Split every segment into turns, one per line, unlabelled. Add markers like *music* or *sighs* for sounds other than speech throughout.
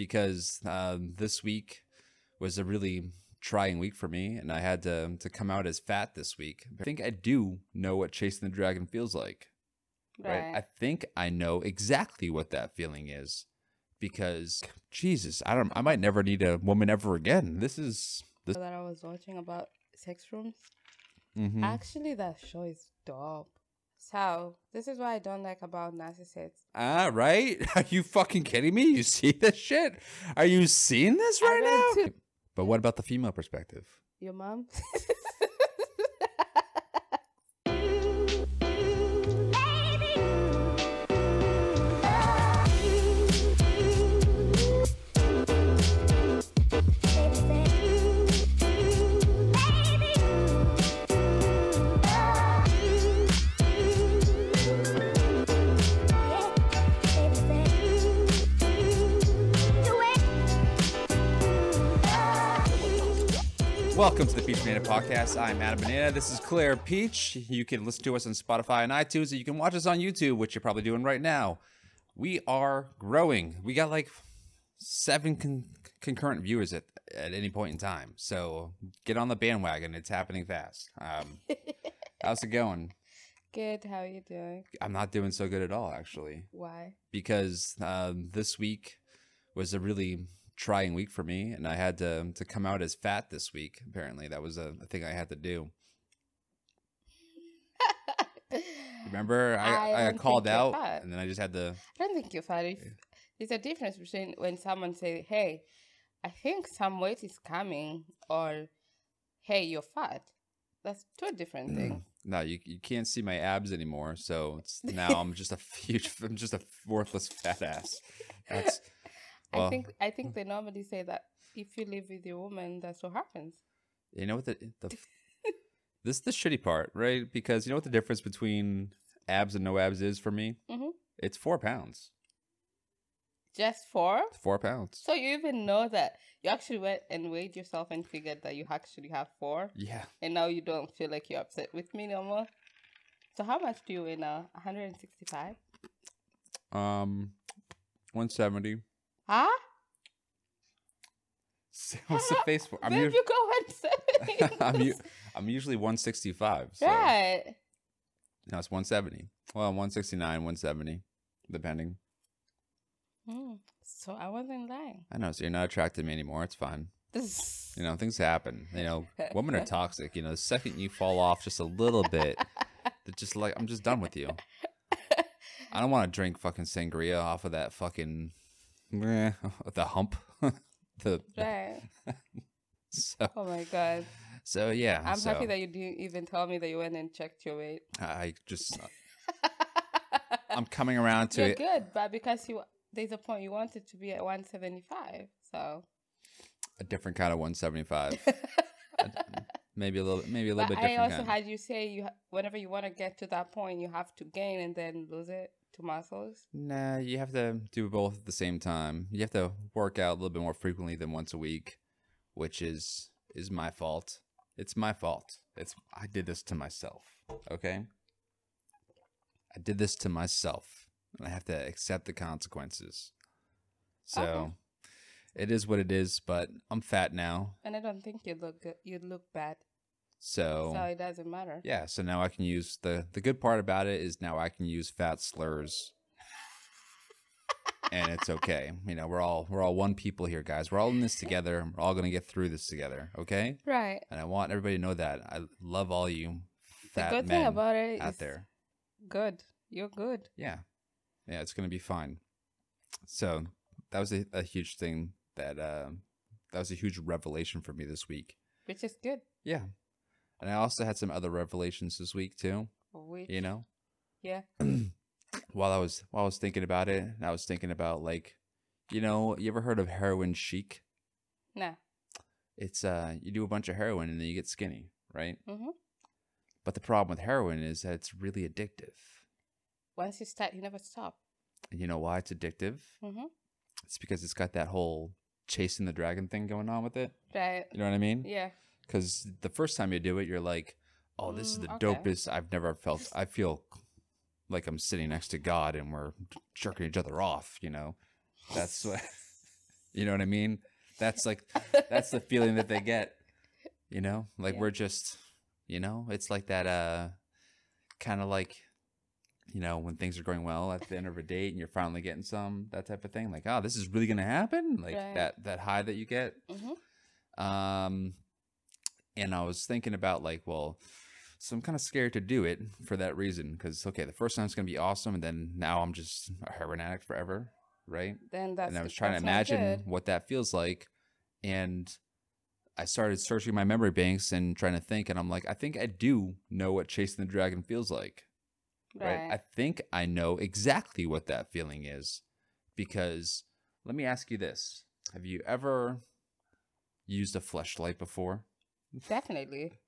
because um, this week was a really trying week for me, and I had to to come out as fat this week. I think I do know what chasing the dragon feels like. I think I know exactly what that feeling is because Jesus, I don't I might never need a woman ever again. This is this
that I was watching about sex rooms.
mhm.
Actually, that show is dope. So this is what I don't like about narcissists.
Ah, right? *laughs* Are you fucking kidding me? You see this shit? Are you seeing this
I
right now?
read it too.
But what about the female perspective?
Your mom. *laughs*
Welcome to the Peach Banana Podcast. I'm Adam Banana. This is Claire Peach. You can listen to us on Spotify and iTunes, and you can watch us on YouTube, which you're probably doing right now. We are growing. We got like seven con- concurrent viewers at, at any point in time. So get on the bandwagon. It's happening fast. Um, how's it going?
Good. How are you doing?
I'm not doing so good at all, actually
Why?
because um, this week was a really trying week for me, and I had to to come out as fat this week. Apparently, that was a, a thing I had to do. Remember, I,
I
I,
don't
got called
think you're
out,
fat.
and then I just had to.
*laughs* I don't think you're fat. If, there's a difference between when someone says, "Hey, I think some weight is coming," or "Hey, you're fat." That's two different
Mm.
things.
No, you you can't see my abs anymore, so it's, now I'm just a huge, *laughs* I'm just a worthless fat ass. That's,
I
well, mm.
think *laughs* I think they normally say that if you live with a woman, that's what happens.
you know what the, the this is the shitty part, right? Because you know what the difference between abs and no abs is for me?
Mhm.
It's four pounds.
Just four.
Four pounds.
So you even know that you actually went and weighed yourself and figured that you actually have four,
Yeah.
and now you don't feel like you're upset with me no more. So how much do you weigh now? 165.
Um, *laughs* 170.
Huh?
What's
*laughs*
the face for? I'm,
Babe,
usu-
you *laughs* go
*laughs*
170.
I'm, u- I'm usually 165. So
Right.
Now it's 170. Well, 169, 170, depending.
Mm, So I wasn't lying. *laughs*
I know. So you're not attracted to me anymore. It's fine.
This
You know, things happen. You know, women
*laughs*
are toxic. You know, the second you fall off just a little bit, they're just like, I'm just done with
*laughs*
you. I don't want to drink fucking sangria off of that fucking, *laughs* the hump. the,
right.
so,
Oh my god.
so yeah.
I'm
so.
happy that you didn't even tell me that you went and checked your weight. *laughs*
I just I'm coming around to
*laughs* You're
it.
good, but because you there's a point you wanted to be at 175. So *laughs*
a different kind of 175. maybe a little maybe a little
but
bit
I
different
also
kind.
had you say you ha- whenever you want to get to that point you have to gain and then lose it to muscles.
nah, you have to do both at the same time. You have to work out a little bit more frequently than once a week, which is is my fault. It's my fault. It's I did this to myself. Okay? I did this to myself. And I have to accept the consequences. So
Okay.
it is what it is, but I'm fat now.
And I don't think you look good. you look bad.
So,
So it doesn't matter.
Oh. Yeah, so now I can use the the good part about it is now I can use fat slurs. and it's okay. You know, we're all we're all one people here, guys. We're all in this together. We're all going to get through this together, okay?
Right.
And I want everybody to know that. I love all you fat
the good
men
thing about it
out
is
there.
good. You're good.
Yeah. Yeah, it's going to be fine. So, that was a, a huge thing that uh, that was a huge revelation for me this week.
Which is good.
Yeah. And I also had some other revelations this week too,
Which
you know?
yeah.
*clears throat* while I was while I was thinking about it, and I was thinking about like, you know, you ever heard of heroin chic?
Nah.
It's uh, you do a bunch of heroin and then you get skinny, right?
Mhm.
But the problem with heroin is that it's really addictive.
Once you start you never stop.
And you know why it's addictive?
Mhm.
It's because it's got that whole chasing the dragon thing going on with it.
Right.
You know what I mean?
Yeah.
Because the first time you do it, you're like, "Oh, this is
Mm,
the
okay.
dopest I've never felt." I feel like
*laughs*
I'm sitting next to God and we're jerking each other off. You know, that's what. *laughs* You know what I mean? That's like that's the feeling that they get. You know, like
Yeah.
we're just, you know, it's like that. Uh, kind of like, you know, when things are going well at the end of a date and you're finally getting some that type of thing. Like, oh, this is really gonna happen. Like
Right.
that that high that you get.
hmm
Um, and I was thinking about like, well, so I'm kind of scared to do it for that reason because okay, the first time's gonna be awesome, and then now I'm just a heroin addict forever, right?
Then that's
and I was trying to
that's not
imagine
good.
what that feels like, and I started searching my memory banks and trying to think, and I'm like, I think I do know what chasing the dragon feels like right? *laughs* I think I know exactly what that feeling is because let me ask you this. Have you ever used a fleshlight before?
Definitely.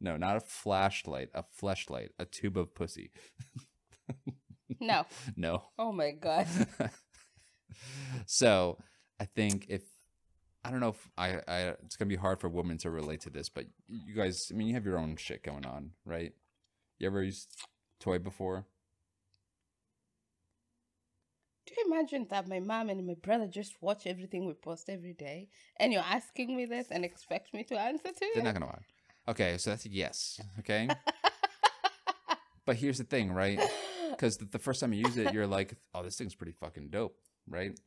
No, not a flashlight, a fleshlight, a tube of pussy.
No.
No. *laughs*
Oh my god.
so I think if I don't know if I, I it's gonna be hard for women to relate to this, but you guys I mean you have your own shit going on, right? You ever used toy before?
Do you imagine that my mom and my brother just watch everything we post every day, and you're asking me this and expect me to answer to
They're
it?
not
*laughs*
gonna watch. Okay, so that's a yes. Okay. but here's the thing, right? Because the first time you use it, you're like, "Oh, this thing's pretty fucking dope," right?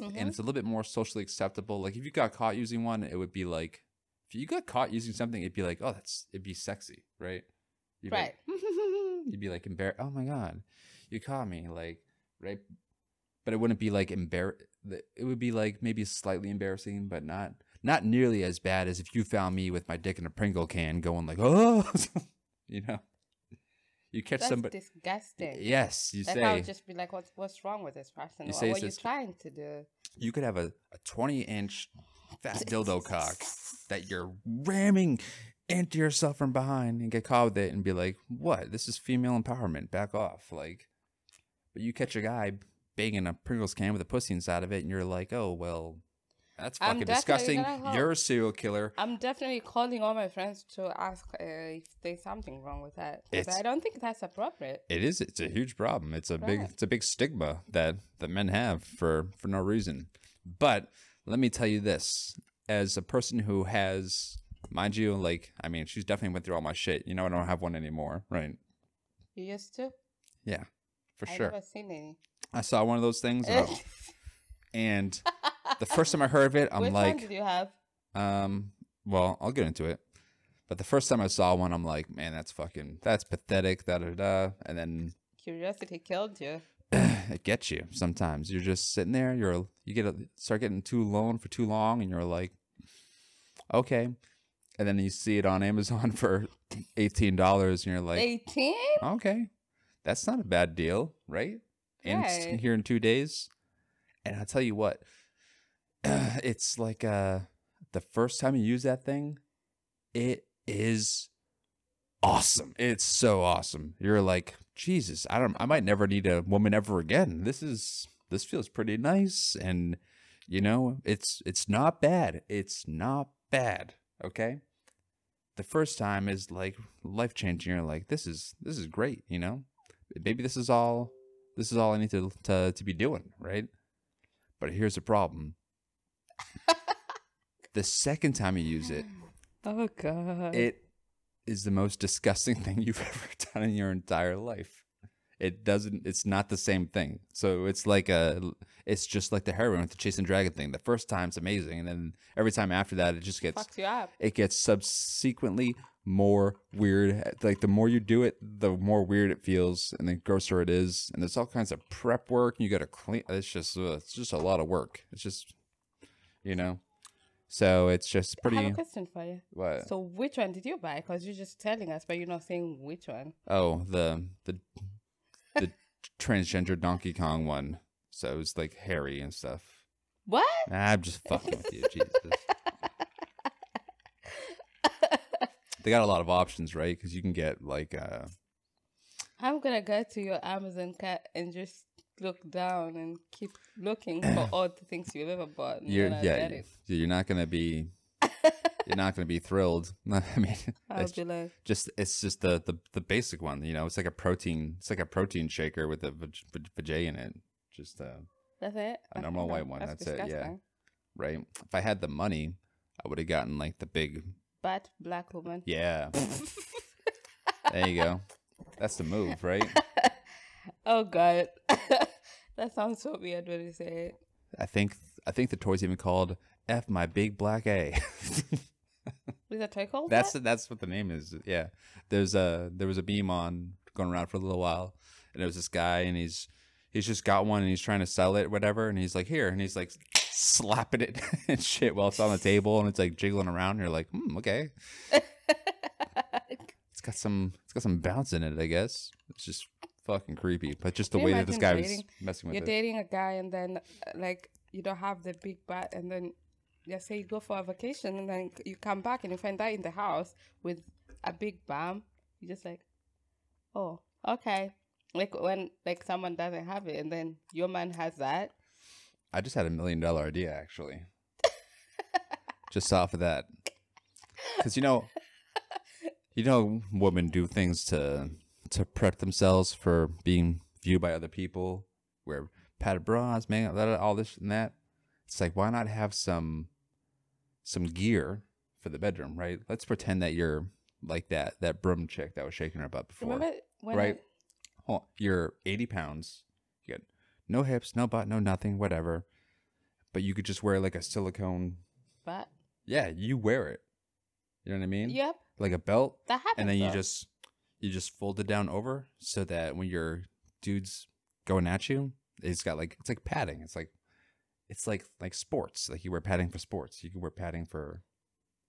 Mhm.
And it's a little bit more socially acceptable. Like if you got caught using one, it would be like, if you got caught using something, it'd be like, "Oh, that's it'd be sexy," right? You'd be
right. *laughs*
Like, you'd be like embarrassed. Oh my god, you caught me, like right? But it wouldn't be like embarrassed. It would be like maybe slightly embarrassing, but not not nearly as bad as if you found me with my dick in a Pringle can, going like, *laughs* "Oh," you know. You catch
That's
somebody.
disgusting.
Yes, you
Like
say
I would just be like, what's what's wrong with this
You
person? What
say
were
it's
you
just-
trying to do?
you could have a, a 20 inch
*laughs*
fat dildo cock that you're ramming into yourself from behind and get caught with it and be like, what? This is female empowerment. Back off. Like, but you catch a guy banging a Pringles can with a pussy inside of it and you're like, oh, well, that's
I'm
fucking
definitely
disgusting.
gonna help.
You're a serial killer.
I'm definitely calling all my friends to ask uh, if there's something wrong with that. 'cause
It's-
I don't think that's appropriate.
It is. It's a huge problem. It's a big.
Right.
It's a big stigma that that men have for for no reason. But let me tell you this: as a person who has, mind you, like I mean, she's definitely went through all my shit. You know, I don't have one anymore, right?
You used to?
Yeah, for
i
sure.
never seen any.
I saw one of those things, and,
*laughs*
I- and the first time I heard of it, I'm
Which one
like,
did you have?
Um, well, I'll get into it. But the first time I saw one, I'm like, man, that's fucking, that's pathetic, da da da. And then *clears throat*
Curiosity killed you.
it gets you sometimes. You're just sitting there. You're you get a, start getting too alone for too long, and you're like, okay. And then you see it on Amazon *laughs* for eighteen dollars, and you're like,
18?
okay, that's not a bad deal, right? And
Right.
it's here in two days. And I'll tell you what, *clears throat* it's like uh, the first time you use that thing, it is awesome. It's so awesome. You're like, Jesus, I don't, I might never need a woman ever again. This is, this feels pretty nice, and you know, it's, it's not bad. It's not bad. Okay. The first time is like life changing. You're like, this is, this is great. You know, maybe this is all, this is all I need to, to, to be doing, right? But here's the problem. the second time you use it,
Oh, God.
it is the most disgusting *laughs* thing you've ever done in your entire life. It doesn't. It's not the same thing. So it's like a. It's just like the heroin with the chasing dragon thing. The first time's amazing, and then every time after that, it just gets.
fucked you up.
It gets subsequently more weird. Like the more you do it, the more weird it feels, and the grosser it is. And there's all kinds of prep work. And you got to clean. It's just. ugh, it's just a lot of work. It's just. You know. So it's just
I have
pretty.
a question for you.
What?
So, which one did you buy? Because you're just telling us, but you're not saying which one.
Oh, the the the transgender Donkey Kong one. So it was like hairy and stuff.
What?
Nah, I'm just fucking with you, Jesus. They got a lot of options, right? Because you can get like uh
I'm gonna go to your Amazon cart and just look down and keep looking
*coughs*
for all the things you've ever bought. And
you're
then I'll
yeah
get it.
you're not gonna be you're not gonna be thrilled. *laughs* I mean,
I'll
it's
be like,
just it's just the, the the basic one. You know, it's like a protein it's like a protein shaker with a vag- vag- vajay in it. Just uh
that's it.
A normal white one, that's it, yeah.
disgusting.
right? If I had the money, I would have gotten like the big.
But black woman.
Yeah. there you go. That's the move, right?
Oh god. *laughs* that sounds so weird when you say it.
I think I think the toy's even called F my big black A. *laughs*
Is that toy called? *laughs*
that's
that?
that's what the name is. Yeah. There's a there was a beam on going around for a little while and there was this guy and he's he's just got one and he's trying to sell it whatever and he's like here and he's like slapping it *laughs* and shit while it's on the table and it's like jiggling around and you're like, "Hmm, okay." It's got some it's got some bounce in it, I guess. It's just fucking creepy, but just the
Can you
way that this
imagine
guy was
dating-
messing with
You're
it.
dating a guy and then uh, like you don't have the big butt and then let's say you go for a vacation and then you come back and you find out in the house with a big bum. You're just like, Oh, okay. Like when like someone doesn't have it and then your man has that.
I just had a million dollar idea actually. just off of that. Cuz you know you know women do things to to prep themselves for being viewed by other people, where padded bras, man, blah, blah, all this and that. It's like why not have some some gear for the bedroom, right? Let's pretend that you're like that that broom chick that was shaking her butt before.
Remember when
right. Hold on, you're 80 pounds. You got no hips, no butt, no nothing, whatever. But you could just wear like a silicone.
I, but
Yeah, you wear it. You know what I mean?
yep,
Like a belt,
that happens.
and then you
though.
just you just fold it down over so that when your dude's going at you, it's got like it's like padding. It's like it's like like sports. Like you wear padding for sports. You can wear padding for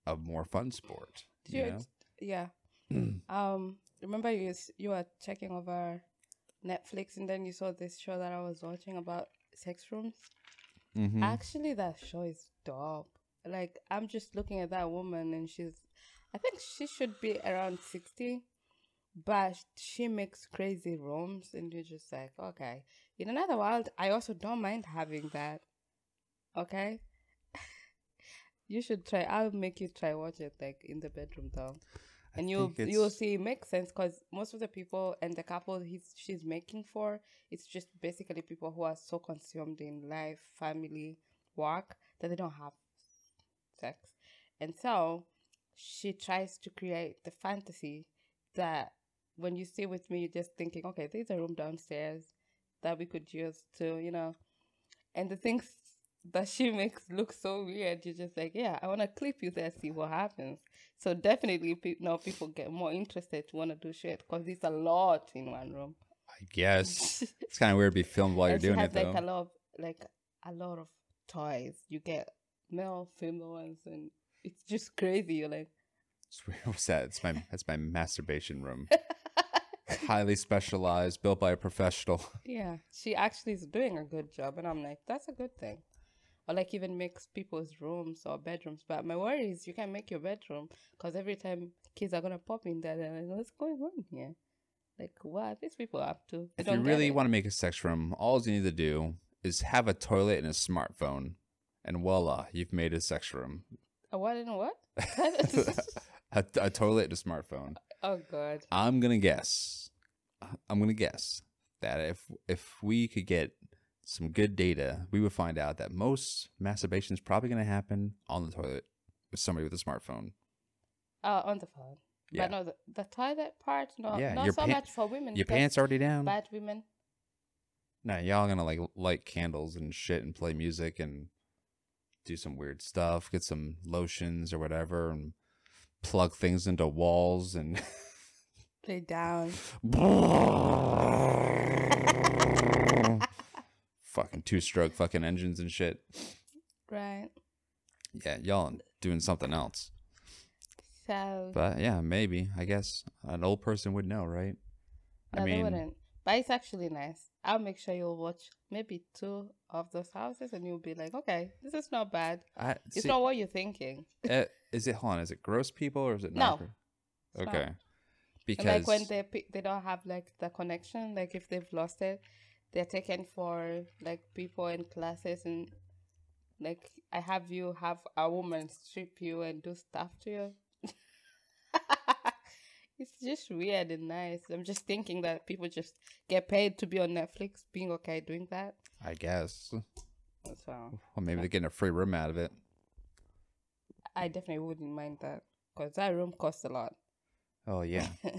a more fun sport. You
Dude, yeah.
*clears throat* know?
Um, remember you s- you were checking over Netflix and then you saw this show that I was watching about sex rooms.
Mhm.
Actually, that show is dope. Like I'm just looking at that woman and she's, I think she should be around sixty, but she makes crazy rooms and you're just like, okay. In another world, I also don't mind having that. Okay. *laughs* You should try. I'll make you try watch it like in the bedroom though
I
and you'll
think it's-
you'll see it makes sense because most of the people and the couple he's she's making for it's just basically people who are so consumed in life, family, work that they don't have sex, and so she tries to create the fantasy that when you stay with me, you're just thinking, okay, there's a room downstairs that we could use to, you know, and the things that she makes look so weird. You're just like, yeah, I want to clip you there, see what happens. So definitely pe- now people get more interested to want to do shit because it's a lot in one room.
I
*laughs*
guess it's kind of weird to be filmed while you're
and she
doing
has
it
like
though.
a lot of like a lot of toys. You get male, female ones, and it's just crazy. You're like, *laughs*
It's weird. What's that? It's my that's my masturbation room. Highly specialized, built by a
*laughs*
professional.
yeah, she actually is doing a good job, and I'm like, that's a good thing. Or like even makes people's rooms or bedrooms. But my worry is you can't make your bedroom because every time kids are gonna pop in there, they're like, what's going on here? Like, what are these people up to? They
If you
don't get
really
it.
want to make a sex room, all you need to do is have a toilet and a smartphone, and voila, you've made a sex room.
a what and a
*laughs*
what? *laughs*
a, a toilet and a smartphone.
oh god.
I'm gonna guess. I'm gonna guess that if if we could get some good data, we would find out that most masturbation is probably gonna happen on the toilet with somebody with a smartphone.
Uh, on the phone.
Yeah.
But no, the, the toilet part, no,
Yeah,
not
your
so
pan-
much for women.
Your
because
pants already down.
Bad women.
No, y'all gonna like light candles and shit and play music and do some weird stuff, get some lotions or whatever, and plug things into walls
*laughs*
and
Lay down.
fucking two stroke fucking engines and shit.
Right.
Yeah, y'all doing something else.
So,
But yeah, maybe, I guess. An old person would know, right?
no, they wouldn't. But it's actually nice. I'll make sure you'll watch maybe two of those houses and you'll be like, okay, this is not bad.
I,
It's
see,
not what you're thinking.
eh, is it hold on, is it gross people or is it
No,
not? gr-
it's not.
Okay.
And,
Because
like when they pe- they don't have like the connection, like if they've lost it, they're taken for like people in classes and like I have you have a woman strip you and do stuff to you. *laughs* it's just weird and nice. I'm just thinking that people just get paid to be on Netflix, being okay doing that.
I guess.
So
Well, maybe they're getting a free room out of it.
I definitely wouldn't mind that because that room costs a lot.
Oh yeah. *laughs*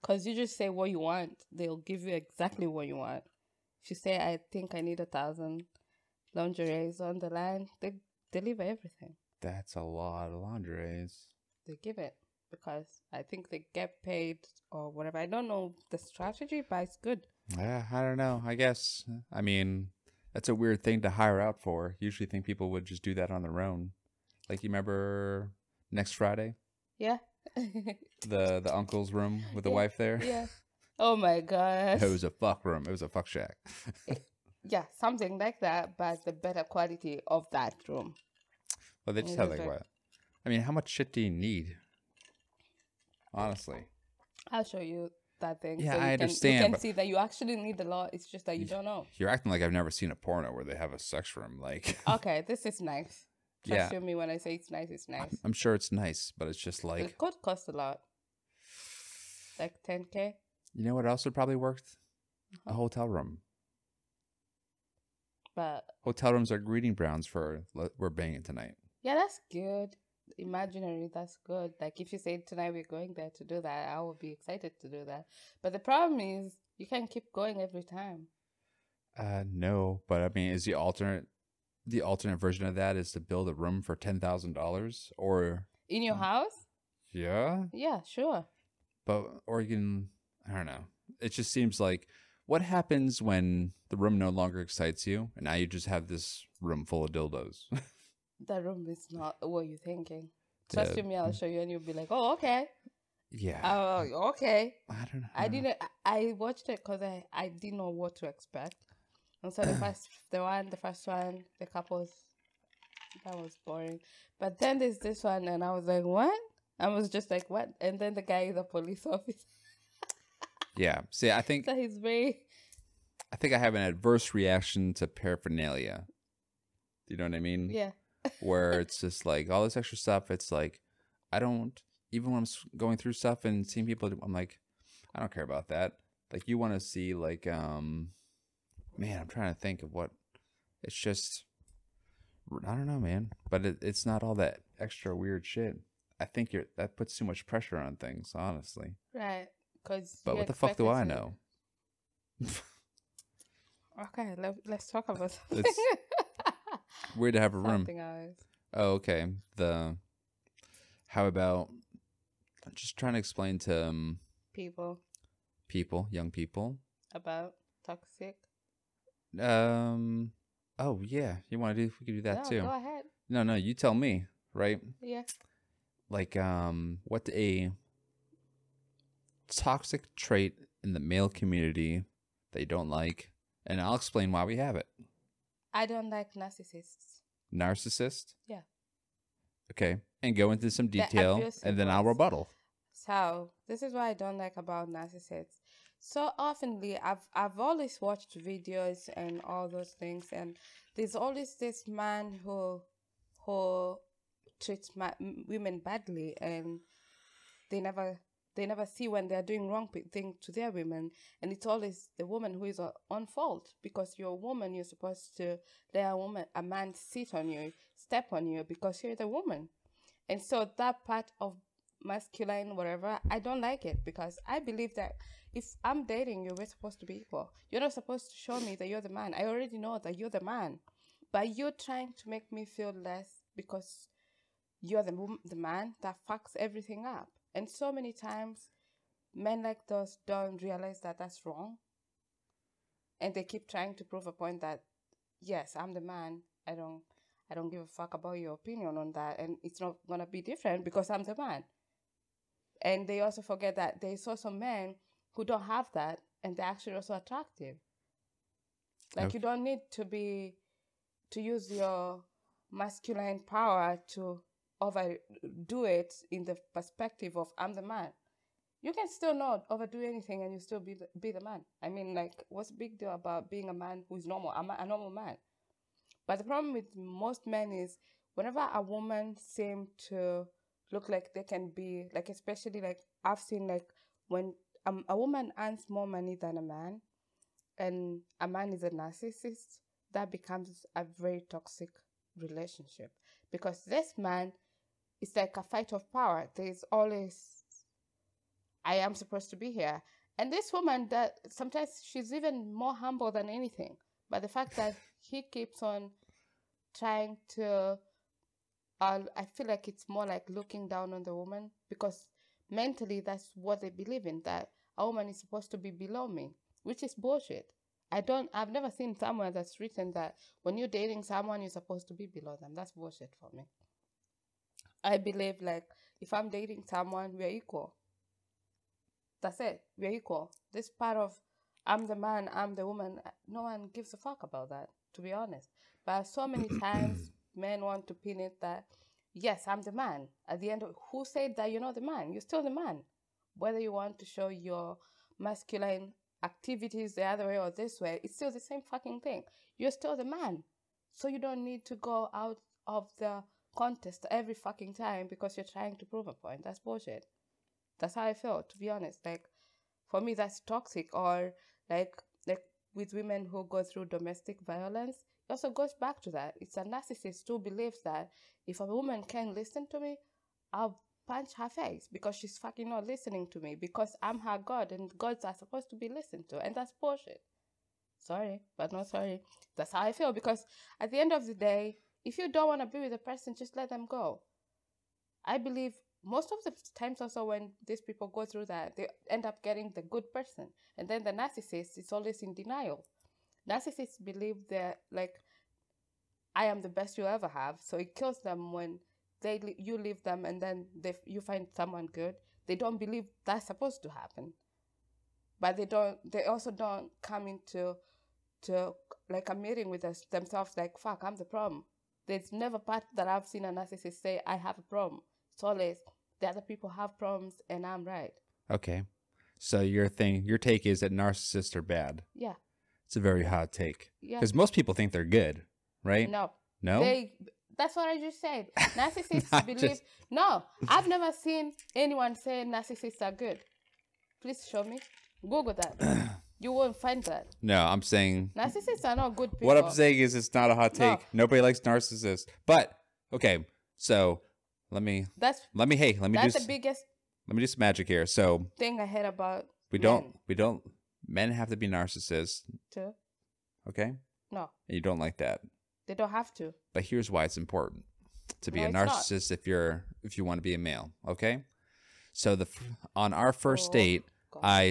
Because you just say what you want, they'll give you exactly what you want. If you say, I think I need a thousand lingerie is on the line, they deliver everything.
That's a lot of lingeries.
They give it because I think they get paid or whatever. I don't know the strategy, but it's good.
Yeah, I don't know. I guess. I mean, that's a weird thing to hire out for. Usually, think people would just do that on their own. Like you remember next Friday,
Yeah. *laughs*
the the uncle's room with the
Yeah,
wife there.
yeah. Oh my
*laughs*
gosh.
It was a fuck room. It was a fuck shack. *laughs*
yeah, something like that, but the better quality of that room.
Well, they just
It
had
was
like
like-
what? I mean, how much shit do you need? Honestly,
I'll show you that thing.
Yeah,
you
I
can,
understand,
You can
but-
see that you actually need a lot. It's just that you
Yeah.
don't know.
you're acting like I've never seen a porno where they have a sex room. Like,
Okay, this is nice.
*laughs* yeah,
Trust you me when I say it's nice, it's nice.
I'm sure it's nice, but it's just like,
it could cost a lot, like 10k.
you know what else would probably work? A
Uh-huh.
hotel room.
But
Hotel rooms are greeting grounds for le- we're banging tonight.
yeah, that's good. Imaginary, that's good. Like if you say tonight we're going there to do that, I would be excited to do that. But the problem is you can't keep going every time.
Uh, no, but I mean, is the alternate the alternate version of that is to build a room for ten thousand dollars, or
In your
Mm.
house?
yeah,
Yeah, sure.
but or you can I don't know. It just seems like what happens when the room no longer excites you, and now you just have this room full of dildos. *laughs*
That room is not what you're thinking. Trust
Yeah.
me, I'll show you, and you'll be like, "Oh, okay,
yeah,
oh, okay."
I don't know.
I didn't. I I watched it because I I didn't know what to expect.
*clears throat*
And so the first, the one, the first one, the couples, that was boring. But then there's this one, and I was like, what? I was just like, what? And then the guy is a police *laughs* officer,
Yeah, see, I
*laughs*
think
so he's very.
I think I have an adverse reaction to paraphernalia. You know what I mean?
Yeah,
where it's just like all this extra stuff. It's like I don't even when I'm s- going through stuff and seeing people, I'm like, I don't care about that. Like you want to see like, um, man, I'm trying to think of what. It's just, I don't know, man. But it, it's not all that extra weird shit. I think you're that puts too much pressure on things, honestly.
right. Because.
But what the fuck do I know?
Okay, let, let's talk about
*laughs*
something.
It's- Weird to have a room.
something else.
Oh, okay. The how about I'm just trying to explain to um,
People
people, young people.
about toxic.
Um. Oh yeah, you want to do? We could do that
no,
too.
Go ahead.
No, no, you tell me. Right?
Yeah.
Like, um, what a toxic trait in the male community they don't like, and I'll explain why we have it.
I don't like narcissists.
Narcissist.
Yeah.
Okay, and go into some detail,
abusive
and then I'll
ones.
rebuttal.
So this is what I don't like about narcissists. So oftenly, I've I've always watched videos and all those things, and there's always this man who who treats ma- m- women badly, and they never they never see when they're doing wrong p- thing to their women, and it's always the woman who is uh, on fault because you're a woman, you're supposed to let a woman a man sit on you, step on you because you're the woman, and so that part of masculine whatever i don't like it because i believe that if i'm dating you we're supposed to be equal you're not supposed to show me that you're the man i already know that you're the man but you're trying to make me feel less because you're the, wom- the man that fucks everything up and so many times men like those don't realize that that's wrong and they keep trying to prove a point that yes i'm the man i don't i don't give a fuck about your opinion on that and it's not gonna be different because i'm the man and they also forget that there's also men who don't have that and they're actually also attractive like
Okay.
you don't need to be to use your masculine power to overdo it in the perspective of i'm the man you can still not overdo anything and you still be the, be the man. I mean, like, what's the big deal about being a man who's normal? I'm a, a normal man. But the problem with most men is whenever a woman seem to look like they can be, like, especially like I've seen, like, when um, a woman earns more money than a man and a man is a narcissist, that becomes a very toxic relationship because this man is like a fight of power. There's always, I am supposed to be here. And this woman, that sometimes she's even more humble than anything. But the fact that he keeps on trying to, uh, I feel like it's more like looking down on the woman because mentally that's what they believe in that a woman is supposed to be below me, which is bullshit. I don't. I've never seen someone that's written that when you're dating someone, you're supposed to be below them. That's bullshit for me. I believe like if I'm dating someone, we're equal. That's it. We're equal. This part of I'm the man, I'm the woman. No one gives a fuck about that, to be honest. But so many times men want to pin it that yes, I'm the man. At the end, of, who said that you're not the man? You're still the man. Whether you want to show your masculine activities the other way or this way, it's still the same fucking thing. You're still the man. So you don't need to go out of the contest every fucking time because you're trying to prove a point. That's bullshit. That's how I felt, to be honest. Like, for me, that's toxic. Or, like, like with women who go through domestic violence, it also goes back to that. It's a narcissist who believes that if a woman can listen to me, I'll punch her face because she's fucking not listening to me because I'm her God and gods are supposed to be listened to, and that's bullshit. Sorry, but not sorry. That's how I feel because at the end of the day, if you don't want to be with a person, just let them go. I believe most of the times also when these people go through that, they end up getting the good person, and then the narcissist is always in denial. Narcissists believe they're like, I am the best you ever have, so it kills them when they you leave them and then they, you find someone good they don't believe that's supposed to happen but they don't they also don't come into to like a meeting with us, themselves like fuck i'm the problem there's never part that i've seen a narcissist say i have a problem it's always the other people have problems and i'm right
Okay. So your thing, your take is that narcissists are bad.
yeah
It's a very hot take
yeah
because most people think they're good, right?
no
No.
They, that's what I just
*laughs*
said. Narcissists
Not
believe.
just-
No, I've never seen anyone say narcissists are good. Please show me. Google
*clears throat*
that. you won't find that.
No, I'm saying
Narcissists are not good people.
what I'm saying is it's not a hot
No.
take. Nobody likes narcissists. But okay, so let me
That's
let me hey let me
that's
just
the biggest
let me do some magic here. So
thing I heard about.
we
men,
don't we don't men have to be narcissists,
too.
okay? And
No,
you don't like that.
they don't have to.
But here's why it's important to be
No,
a
it's not.
narcissist if you're if you want to be a male, okay? So the f- on our first
Oh,
date,
God.
I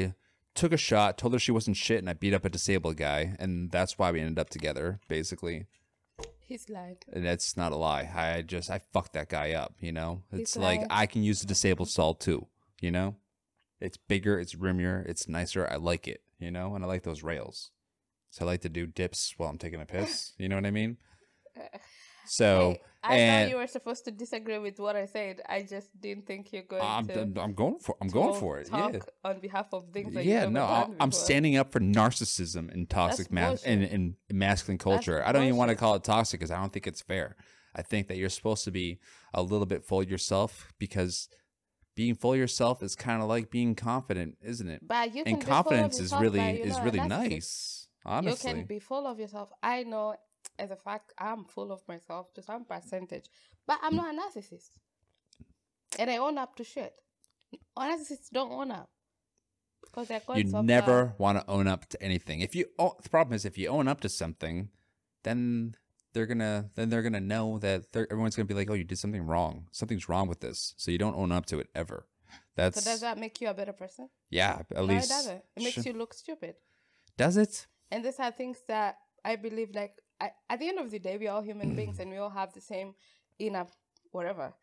took a shot, told her she wasn't shit, and I beat up a disabled guy, and that's why we ended up together, basically.
He's lying.
And that's not a lie. I just I fucked that guy up, you know. It's
He's
like
right.
I can use a disabled saw too, you know. It's bigger, it's roomier, it's nicer. I like it, you know, and I like those rails. So I like to do dips while I'm taking a
*laughs*
piss. You know what I mean? So
Hey, I
and
thought you were supposed to disagree with what I said. I just didn't think you're going
I'm,
to.
I'm I'm going for I'm going
to
for it.
Talk
Yeah.
on behalf of things. That
yeah,
you've
no,
never
I-
done
I'm
before.
standing up for narcissism and toxic
That's
mas-
bullshit.
and, and masculine culture. I don't even want to
bullshit.
call it toxic because I don't think it's fair. I think that you're supposed to be a little bit full yourself because being full yourself is kind of like being confident, isn't it?
But you
And
can be full of
confidence is
yourself,
really
but you're
is
not a
really
narcissist.
nice, honestly.
You can be full of yourself. I know as a fact I'm full of myself to some percentage, but I'm not a narcissist, and I own up to shit. Narcissists don't own up because they're
you
gods of, uh,
never want to own up to anything. If you oh, the problem is if you own up to something, then they're gonna then they're gonna know that they're, everyone's gonna be like, oh, you did something wrong. Something's wrong with this. So you don't own up to it ever. That's
So does that make you a better person?
yeah. At
no,
least
it doesn't. It makes
Sh-
you look stupid.
does it?
And these are things that I believe, like, I, at the end of the day, we're all human
Mm.
beings and we all have the same inner whatever.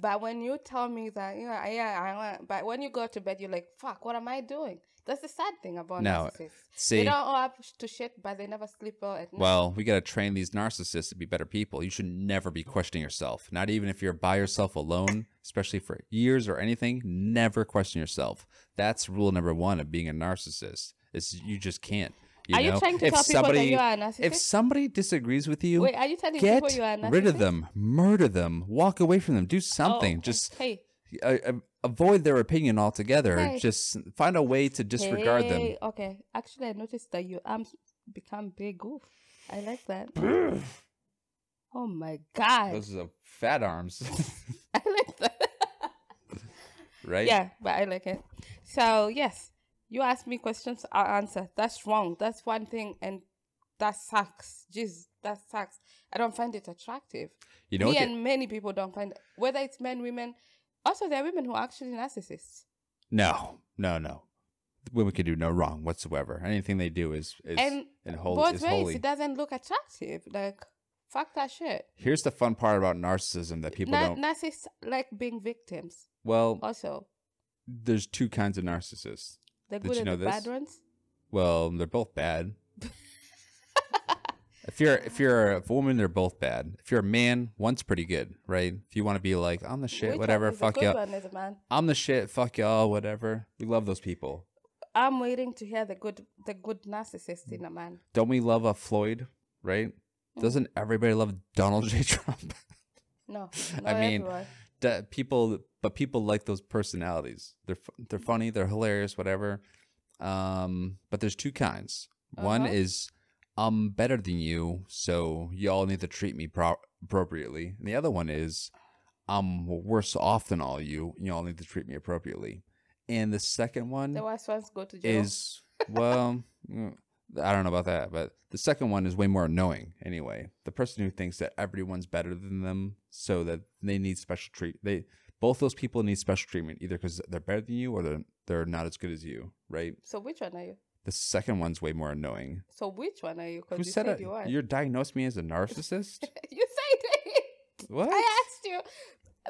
But when you tell me that, you know, yeah, I want, but when you go to bed, you're like, fuck, what am I doing? That's the sad thing about
No,
narcissists.
See,
They don't all up to shit, but they never sleep well at night.
Well, we got to train these narcissists to be better people. You should never be questioning yourself, not even if you're by yourself alone, especially for years or anything. Never question yourself. That's rule number one of being a narcissist. Is you just can't. You
are
know?
you trying to
if
tell
somebody,
people that you are a narcissist?
If somebody disagrees with you,
Wait, are you telling
get
people you are a narcissist?
rid of them, murder them, walk away from them, do something.
Oh,
Just
hey,
uh, uh, avoid their opinion altogether.
Hey.
Just find a way to disregard them.
hey, Okay, actually, I noticed that you arms become big. Oof. I like that. oh my god.
Those are fat arms, *laughs*
*laughs* I like that.
right?
yeah, but I like it. So yes, you ask me questions, I answer. That's wrong. That's one thing, and that sucks. Jeez, that sucks. I don't find it attractive.
You know
me
what? the-
and many people don't find whether it's men, women. Also, there are women who are actually narcissists.
no, no, no. Women can do no wrong whatsoever. Anything they do is is
and
and holy,
both
is
ways,
holy.
it doesn't look attractive. Like fuck that shit.
Here's the fun part about narcissism that people
Na-
don't.
narcissists like being victims.
well,
Also,
there's two kinds of narcissists.
the
Did
good
you
and
know
the bad
this?
ones.
Well, they're both
*laughs*
bad. if you're if you're a woman, they're both bad. If you're a man, one's pretty good, right? If you want to be like, I'm the shit,
Which one
whatever,
is the
fuck
good
y'all.
one is a man?
I'm the shit, fuck y'all, whatever. We love those people.
I'm waiting to hear the good the good narcissist in a man.
Don't we love a Floyd, right?
Mm.
Doesn't everybody love Donald *laughs* J. Trump?
No,
*laughs* I
not
mean,
everyone.
Da- people, but people like those personalities. They're fu- they're funny, they're hilarious, whatever. Um, but there's two kinds. One
Uh-huh.
is I'm better than you, so y'all need to treat me pro- appropriately. And the other one is I'm worse off than all you. and Y'all need to treat me appropriately. And the second one
the worst ones go to jail.
is well mm, i don't know about that but the second one is way more annoying anyway the person who thinks that everyone's better than them so that they need special treat they both those people need special treatment either because they're better than you or they're they're not as good as you right
so which one are you?
the second one's way more annoying
So which one are you?
who
Because you
said,
said,
it?
you are.
you're diagnosed me as a narcissist
*laughs* you said it. *laughs*
what
I asked you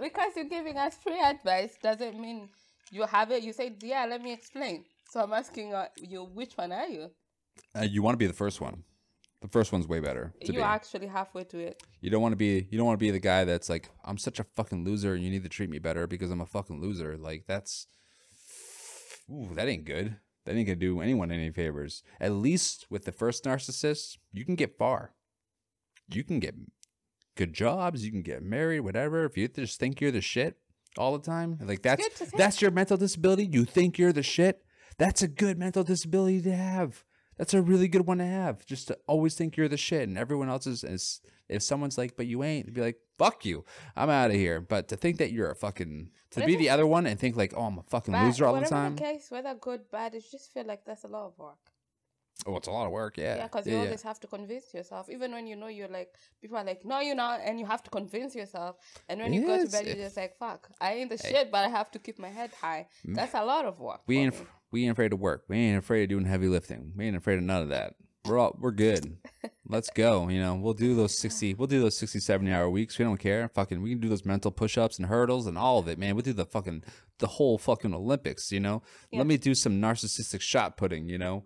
because you're giving us free advice doesn't mean you have it. You said, yeah, let me explain. So I'm asking uh, you, which one are you?
uh, you want to be the first one the first one's way better to
You're
be.
actually halfway to it.
You don't want to be you don't want to be the guy that's like I'm such a fucking loser and you need to treat me better because I'm a fucking loser. Like that's ooh, that ain't good. That ain't gonna do anyone any favors. At least with the first narcissist, you can get far. You can get good jobs, you can get married, whatever. If you just think you're the shit all the time, like that's
Good to think.
that's your mental disability. You think you're the shit. That's a good mental disability to have. That's a really good one to have. Just to always think you're the shit, and everyone else is. is if someone's like, "But you ain't," be like, "Fuck you, I'm out of here." But to think that you're a fucking to
But
be
isn't-
the other one and think like, "Oh, I'm a fucking
But
loser all the
whatever
time."
case, whether good, bad, it just feel like that's a lot of work.
Oh, it's a lot of work. Yeah,
Yeah, because you always have to convince yourself, even when you know you're like people are like, no, you're not, and you have to convince yourself. And when you go to
Yes,
bed,
if-
you're just like, fuck, I ain't the shit, but I have to keep my head high. That's a lot of work.
Mm. We
for
ain't
me.
af- we ain't afraid to work. We ain't afraid of doing heavy lifting. We ain't afraid of none of that. We're all we're good.
*laughs*
Let's go. You know, we'll do those 60 we'll do those 60 70 hour weeks. We don't care. Fucking we can do those mental push-ups and hurdles and all of it, man. We'll do the fucking the whole fucking Olympics, you know.
Yeah.
Let me do some narcissistic shot putting, you know.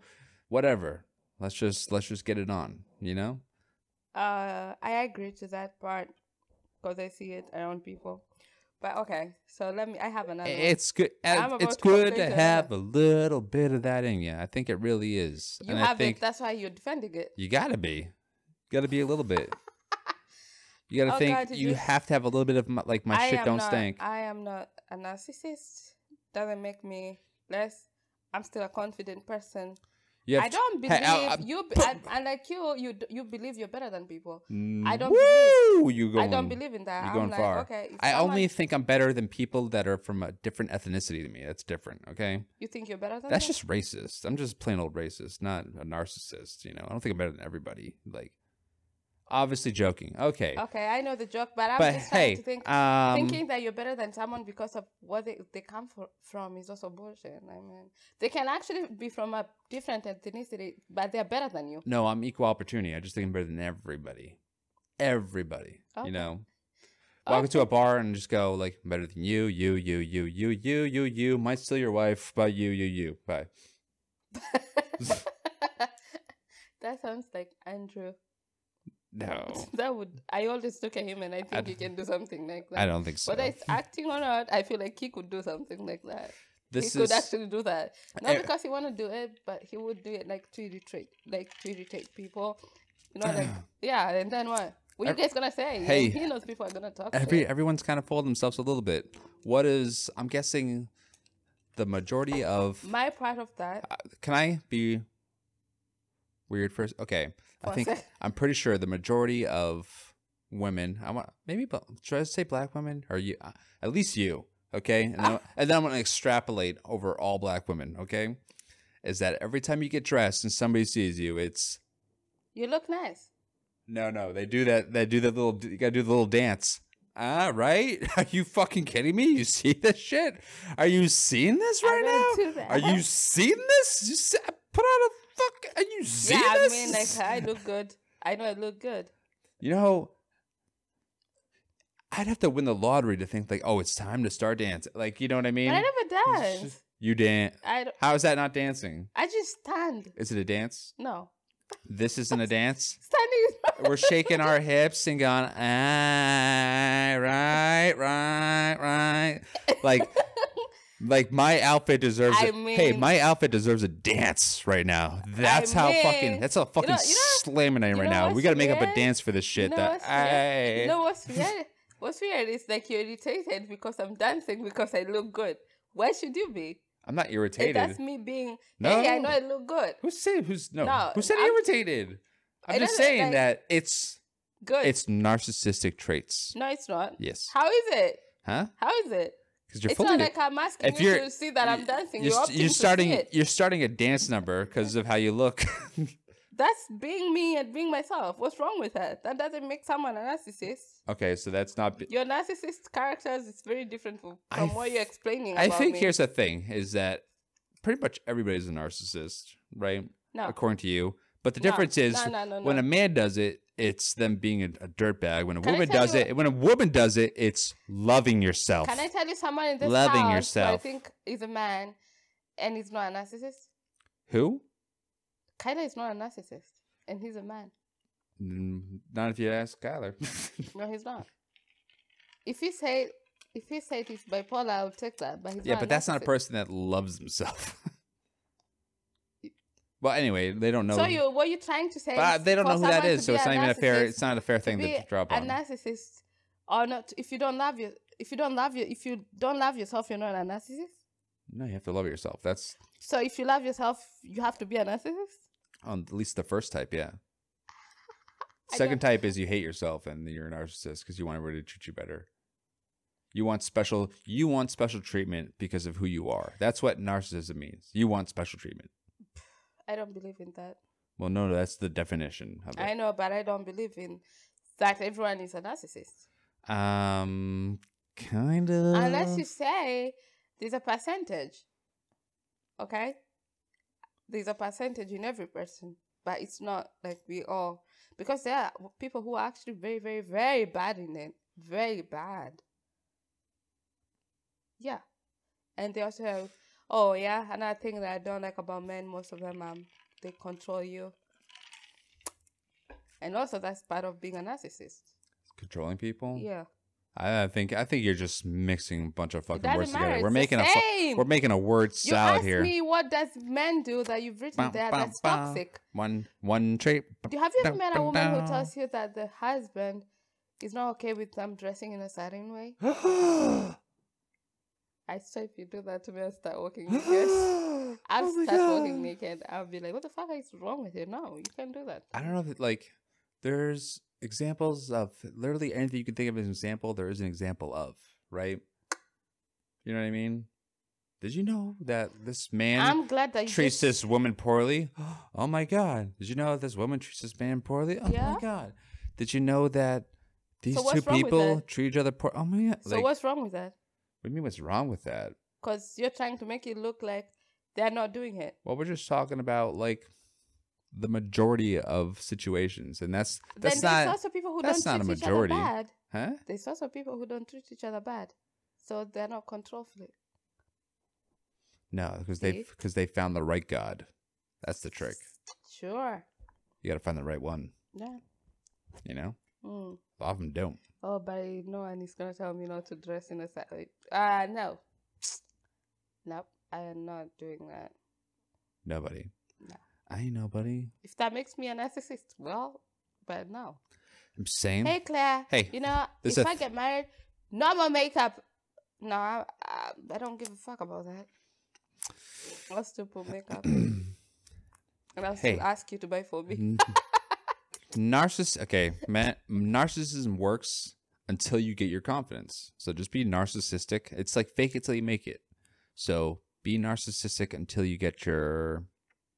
Whatever. Let's just let's just get it on, you know?
Uh, I agree to that part because I see it around people. But okay, so let me. I have another. one.
It's good
I'm about
it's
to go
good to
crazy.
have a little bit of that in you. I think it really is.
You
and I
have
think
it. That's why you're defending it.
You gotta be. You gotta be a little
*laughs*
bit. You gotta
Oh,
think.
God, did
you
you-
have to have a little bit of my, like my
I
shit
am
don't
not,
stink.
I am not a narcissist. Doesn't make me less. I'm still a confident person.
You have
I
to-
don't
Hey,
believe
I- I-
you. be- I, I like you. You d- you believe you're better than people. I don't
Woo! You going?
I don't believe in that.
You're
I'm
going
like,
far.
okay. if
I only
someone-
think I'm better than people that are from a different ethnicity than me. That's different. Okay.
you think you're better than
That's
them?
just racist. I'm just plain old racist, not a narcissist. You know. I don't think I'm better than everybody. Like, obviously joking. Okay.
okay. I know the joke, but I'm
but
just trying
hey,
to think.
um,
Thinking that you're better than someone because of what they, they come for, from is also bullshit. I mean, they can actually be from a different ethnicity, but they're better than you.
No, I'm equal opportunity. I just think I'm better than everybody. Everybody.
Okay.
You know? Walk into a bar and just go like I'm better than you, you, you, you, you, you, you, you, might steal your wife, but you, you, you. Bye.
Oh.
*laughs*
*laughs* that sounds like Andrew.
No.
*laughs* That would I always look at him and I think
d-
he can do something like that.
I don't think so.
Whether it's acting or not, I feel like he could do something like that.
This
he could
is
actually do that. Not
Eh.
because he want to do it, but he would do it like to irritate, like to irritate people. You know,
*clears throat*
like yeah. And then what? What you
Ev-
guys gonna say? And
Hey.
he knows people are gonna talk.
every
shit.
everyone's kind of fooled themselves a little bit. What is I'm guessing the majority of Uh,
My part of that.
can I be weird first? Okay. I
One
think
sec.
I'm pretty sure the majority of women. I want maybe but should I say black women or you? uh, At least you, okay? And then, and then I'm gonna extrapolate over all black women, okay? Is that every time you get dressed and somebody sees you, it's
You look nice.
no, no. They do that. They do that little. You gotta do the little dance. Ah, right? *laughs* Are you fucking kidding me? You see this shit? Are you seeing this
I
right
don't
now?
do that.
Are you
*laughs*
seeing this? You see, I put on a fuck. Are you seeing
Yeah, I
this?
mean, like uh, I look good. I know I look good.
you know, I'd have to win the lottery to think like, oh, it's time to start dancing. Like, you know what I mean?
But I never
It's
dance.
just- You dance.
I don't-
How is that not dancing?
I just stand.
Is it a dance?
No,
This isn't a dance.
standing is *laughs*
We're shaking our hips and going, ah, right, right, right. Like, like my outfit deserves.
I
a- hey,
mean-
my outfit deserves a dance right now. That's
I
how
mean-
fucking. That's how fucking
know- you know-
slamming I am
you
right
know
now. We
what's
got to make up a
weird?
dance for this shit.
know
that
what's weird?
I-
You know what's weird? What's weird is like you're irritated because I'm dancing because I look good. Why should you be?
I'm not
If
irritated.
that's me being.
No.
Hey, I know I look good.
Who said who's no?
No,
who said
I'm-
irritated? I'm
It
just
doesn't,
saying
like-
that it's
Good.
it's narcissistic traits.
no, it's not.
Yes.
How is it?
Huh?
How is it?
Because you're
it's
fully
not like I'm asking
If
you
you're-
to see that I'm dancing. You're,
You're,
opting
st- you're
to see
starting
it.
you're starting a dance number because of how you look. *laughs*
That's being me and being myself. What's wrong with that? That doesn't make someone a narcissist.
okay, so that's not. b-
Your narcissist characters is very different from,
I
from what
th-
you're explaining.
I
about
think
me.
here's the thing: is that pretty much everybody's a narcissist, right?
no.
According to you, but the
Oh. No,
difference is
no, no, no,
when
no.
a man does it, it's them being a, a dirtbag. When a
Can I
woman
tell
does
you-
it, when a woman does it, it's loving yourself.
Can I tell you someone in this
Loving
house who I
yourself.
think is a man and he's not a narcissist?
Who?
Kyler is not a narcissist and he's a man.
Mm, Not if you ask *laughs* Kyler.
No, he's not. If he said if he said he's bipolar, I would take that. But he's
yeah,
not
but that's not a
narcissist.
person that loves himself. *laughs* well, anyway, they don't know.
So you what you trying to say?
but
is
they don't
for
know who that
someone
is,
to
so
be
it's not even a fair.
narcissist-
It's not a fair thing
be
to drop
a
on.
narcissist or not if you don't love your if you don't love your if you don't love yourself you're not a narcissist
no, you have to love yourself. That's
so if you love yourself you have to be a narcissist
on at least the first type. Yeah.
*laughs* I
Second type is you hate yourself and you're a narcissist because you want everybody to treat you better. You want special. You want special treatment because of who you are. That's what narcissism means. You want special treatment.
i don't believe in that
Well, no, no, that's the definition of it.
i know but i don't believe in that everyone is a narcissist
Um, kind of.
unless you say there's a percentage okay there's a percentage in every person but it's not like we all because there are people who are actually very very very bad in it very bad yeah and they also have oh yeah another thing that i don't like about men most of them um they control you and also that's part of being a narcissist
controlling people.
yeah
I I think I think you're just mixing a bunch of fucking
doesn't
words
matter,
together. We're
it's the
making a fu-
same.
we're making a word
You
salad
asked
here.
me what does men do that you've written
Bum,
there
bum,
that's
bum.
toxic.
One one *gasps* trait.
Do have you ever
Dun,
met a
dun,
woman who
dun.
tells you that the husband is not okay with them dressing in a certain way? I swear if you do that to me, I'll
*gasps*
start walking naked. I'll
Oh my
start walking
God.
naked. I'll be like, what the fuck is wrong with you? No, you can't do that.
I don't know if it, like there's examples of literally anything you can think of as an example. There is an example of right. You know what I mean? Did you know that this man?
I'm glad that you
treats
just-
this woman poorly. *gasps* Oh my God. Did you know this woman treats this man poorly? Oh
Yeah.
my God. Did you know that these
what's
two
wrong with
people
that?
treat each other poor? Oh my God.
So
Like, what
what's wrong with that?
do you mean what's wrong with that?
Because you're trying to make it look like they're not doing it.
Well, we're just talking about like the majority of situations. And that's, that's
then there's
not,
also people who
that's
don't
not a
treat
majority.
each other bad.
huh?
There's also people who don't treat each other bad. So they're not control freak.
No, because they,
See?
because they found the right God. That's the trick.
Sure.
You got to find the right one,
Yeah.
you know?
Mm.
A lot of them don't.
Oh, but I know, and he's gonna tell me not to dress in a certain. Ah, uh, no. Nope, I am not doing that.
Nobody.
No.
I ain't nobody.
If that makes me a narcissist, well, but no.
I'm saying.
Hey, Claire.
Hey,
You know,
there's
if
a
I
th-
get married, no more makeup. No, I, I, I don't give a fuck about that.
*clears throat*
I'll still put makeup, and I'll still
Hey.
ask you to buy for me.
N- Narciss. Okay, man, narcissism works until you get your confidence. So just be narcissistic. It's like fake it till you make it. So be narcissistic until you get your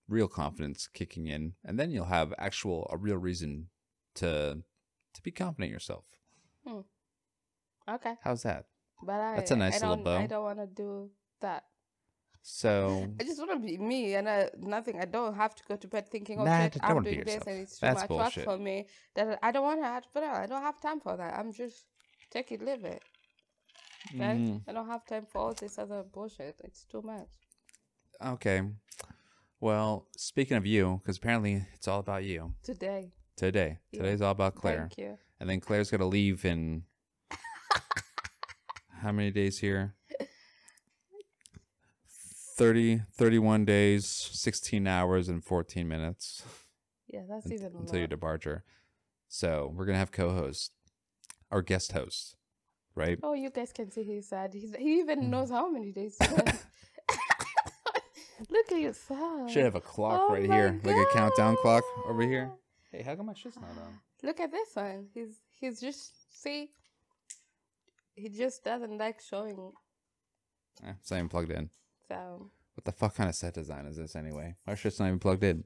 real confidence kicking in, and then you'll have actual a real reason to to be confident yourself.
Okay,
How's that?
but I
Mm-hmm. That's a nice
I
little
don't,
bow.
I don't want to do that.
So
I just want to be me and I, nothing. I don't have to go to bed thinking, oh
Nah,
shit,
don't
I'm
wanna be
doing this
yourself.
and it's too
That's
much
bullshit.
work for me. That I don't want to have to put out. I don't have time for that. I'm just take it, live it. Right?
mm,
I don't have time for all this other bullshit. It's too much.
okay. Well, speaking of you, because apparently it's all about you
Today,
today.
Yeah.
Today's all about Claire.
thank you.
And then Claire's got to leave in how many days here? 30, 31 days, 16 hours, and 14 minutes
Yeah, that's
un-
even a
until your
lot.
departure. So we're going to have co host or guest host, right?
Oh, you guys can see he's sad. He's, he even
Mm.
knows how many days. he went.
*laughs*
*laughs* Look at you, sad.
Should have a clock
Oh
right
my
here, like a countdown clock over here.
God.
Hey, how come my shit's not on?
Look at this one. He's he's just see. He just doesn't like showing.
Eh, it's not even plugged in.
So
What the fuck kind of set design is this anyway? My shit's not even plugged in.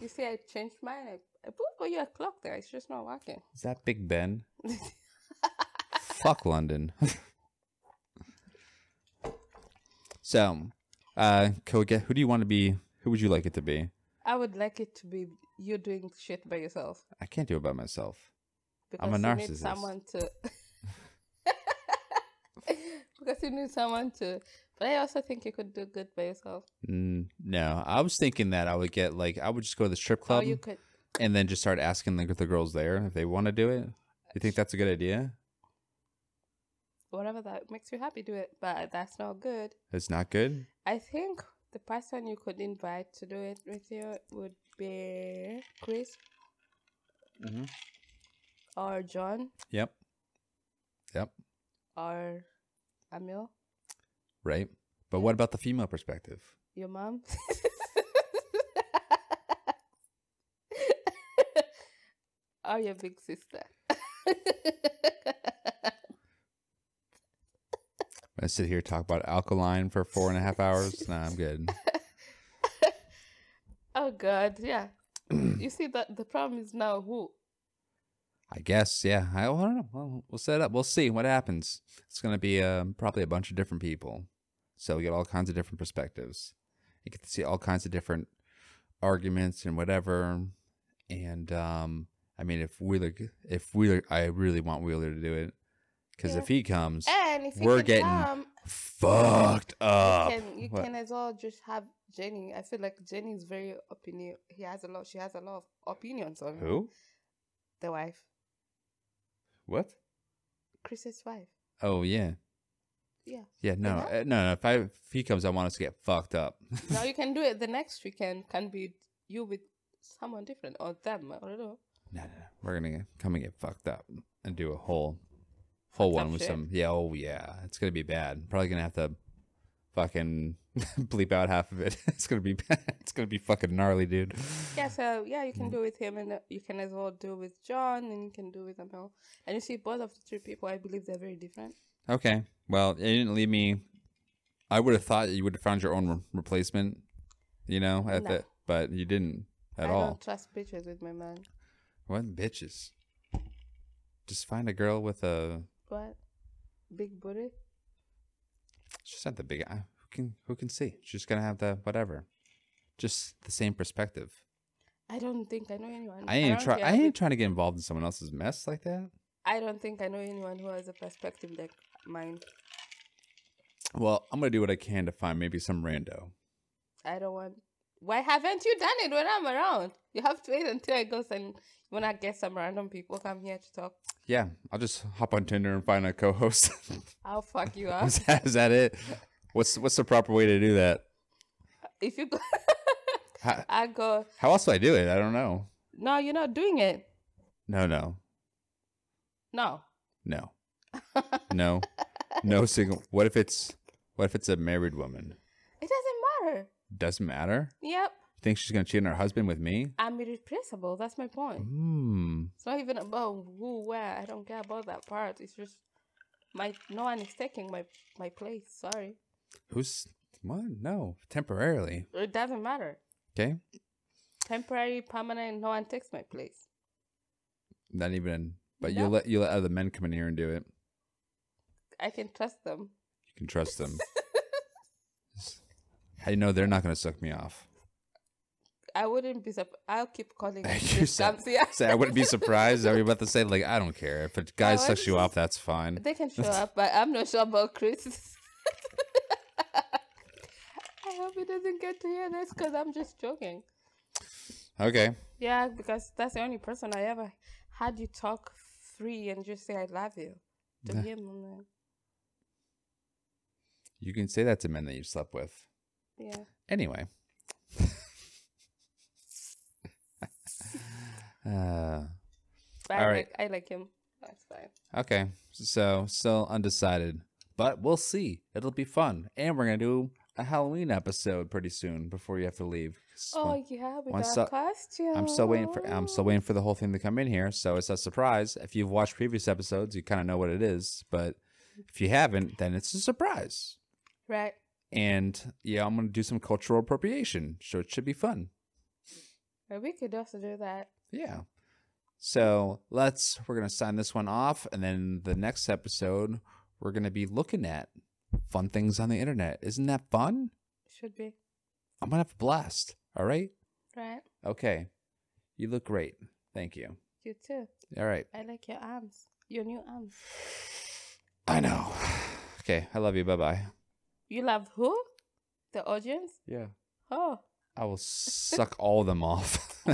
you see, I changed mine. I, I put for you a clock there. It's just not working.
Is that Big
*laughs*
Ben? Fuck London. *laughs* so, uh, Koga, who do you want to be? Who would you like it to be?
I would like it to be you doing shit by yourself.
I can't do it by myself.
Because
I'm a
You need
narcissist.
someone to. *laughs* because you need someone to. But I also think you could do good by yourself.
Mm, no, I was thinking that I would get like I would just go to the strip club
or Oh, you could.
and then just start asking like the girls there if they want to do it. You think that's a good idea?
whatever that makes you happy, do it. But that's not good.
It's not good.
I think the person you could invite to do it with you would be Chris
Mm-hmm.
or John
Yep. Yep.
or Emil,
Right. But what about the female perspective?
your mom. *laughs* or your big sister. *laughs*
I sit here talk about alkaline for four and a half hours. nah, I'm good.
oh God, *clears throat* yeah. you see that the problem is now who?
I guess, yeah. I, I don't know. Well, we'll set it up. We'll see what happens. It's going to be um, probably a bunch of different people. So we get all kinds of different perspectives. You get to see all kinds of different arguments and whatever. And um, I mean, if Wheeler, if Wheeler, I really want Wheeler to do it because
Yeah.
if he comes,
And if you
We're
can
getting
come,
fucked up.
you can you
What?
can as well just have Jenny. I feel like Jenny is very opinion. He has a lot. She has a lot of opinions on her.
Who?
the wife,
What?
Chris's wife.
Oh yeah,
Yeah.
yeah. No,
that?
uh, no, no. If I if he comes, I want us to get fucked up.
*laughs* now you can do it. The next weekend can be you with someone different or them. I don't know.
No, no, no. We're gonna get- come and get fucked up and do a whole, whole
Fucked up
one with
shit?
some. Yeah, oh yeah, it's gonna be bad. Probably gonna have to fucking *laughs* bleep out half of it. *laughs* it's gonna be bad. It's gonna be fucking gnarly, dude.
Yeah. So yeah, you can do with him, and uh, you can as well do with John, and you can do with Amel. And you see, both of the three people, I believe they're very different.
Okay. Well, it didn't leave me. I would have thought that you would have found your own re- replacement. You know, at
No.
the but you didn't at
I
all.
don't trust bitches with my man.
What bitches? Just find a girl with a.
What? Big booty.
She's not the big. I- Who can who can see? She's just gonna have the whatever. Just the same perspective.
I don't think Mm, I know anyone.
I ain't
don't
try.
care
I
with-
ain't trying to get involved in someone else's mess like that.
I don't think I know anyone who has a perspective like mine.
Well, I'm gonna do what I can to find maybe some rando.
I don't want. Why haven't you done it when I'm around? You have to wait until I go and when I get some random people come here to talk.
Yeah, I'll just hop on Tinder and find a co-host.
I'll fuck you
*laughs*
up
is, that, is that it? What's what's the proper way to do that?
if you go. *laughs*
How,
I go.
how else do I do it? I don't know.
No, you're not doing it.
No, no,
No.
no, no, no single. What if it's what if it's a married woman?
It doesn't matter.
Doesn't matter.
Yep.
think she's gonna cheat on her husband with me?
I'm irreplaceable. That's my point.
Hmm.
It's not even about who, where. I don't care about that part. It's just my no one is taking my my place. Sorry,
Who's what? No, temporarily.
it doesn't matter.
Okay,
Temporary, permanent. No one takes my place.
not even. But
No.
you let you let other men come in here and do it. You
I can trust them.
can trust
*laughs*
them. I know they're not gonna suck me off. *laughs*
I wouldn't be. Sup- I'll keep calling. it
you said,
scams, yeah.
say I wouldn't be surprised. Are you about to say like I don't care if a guy
No, I
sucks you
just-
off? That's fine.
*laughs* They can show up, but I'm not sure about Chris. *laughs* I hope he doesn't get to hear this because I'm just joking.
Okay.
Yeah, because that's the only person I ever had you talk free and just say I love you to
Yeah.
him. I'm like,
You can say that to men that you slept with.
Yeah,
Anyway. *laughs* uh,
but
All
I
right.
like I like him. That's fine.
okay. So, still undecided. But we'll see. It'll be fun. And we're going to do a Halloween episode pretty soon before you have to leave. 'Cause
Oh
when-
yeah, we
one
got
so-
a costume.
I'm still waiting for I'm still waiting for the whole thing to come in here, so it's a surprise. If you've watched previous episodes, you kind of know what it is, but if you haven't, then it's a surprise.
right.
And yeah, I'm going to do some cultural appropriation, so it should be fun.
But we could also do that.
Yeah. So let's we're gonna sign this one off, and then the next episode we're gonna be looking at fun things on the internet. Isn't that fun?
Should be
I'm gonna have a blast. All right.
right.
Okay. You look great. Thank you.
You too.
All right.
I like your arms. Your new arms.
I know. *sighs* Okay. I love you. Bye bye.
You love who? The audience?
Yeah.
Oh.
*laughs* I will suck all of them off.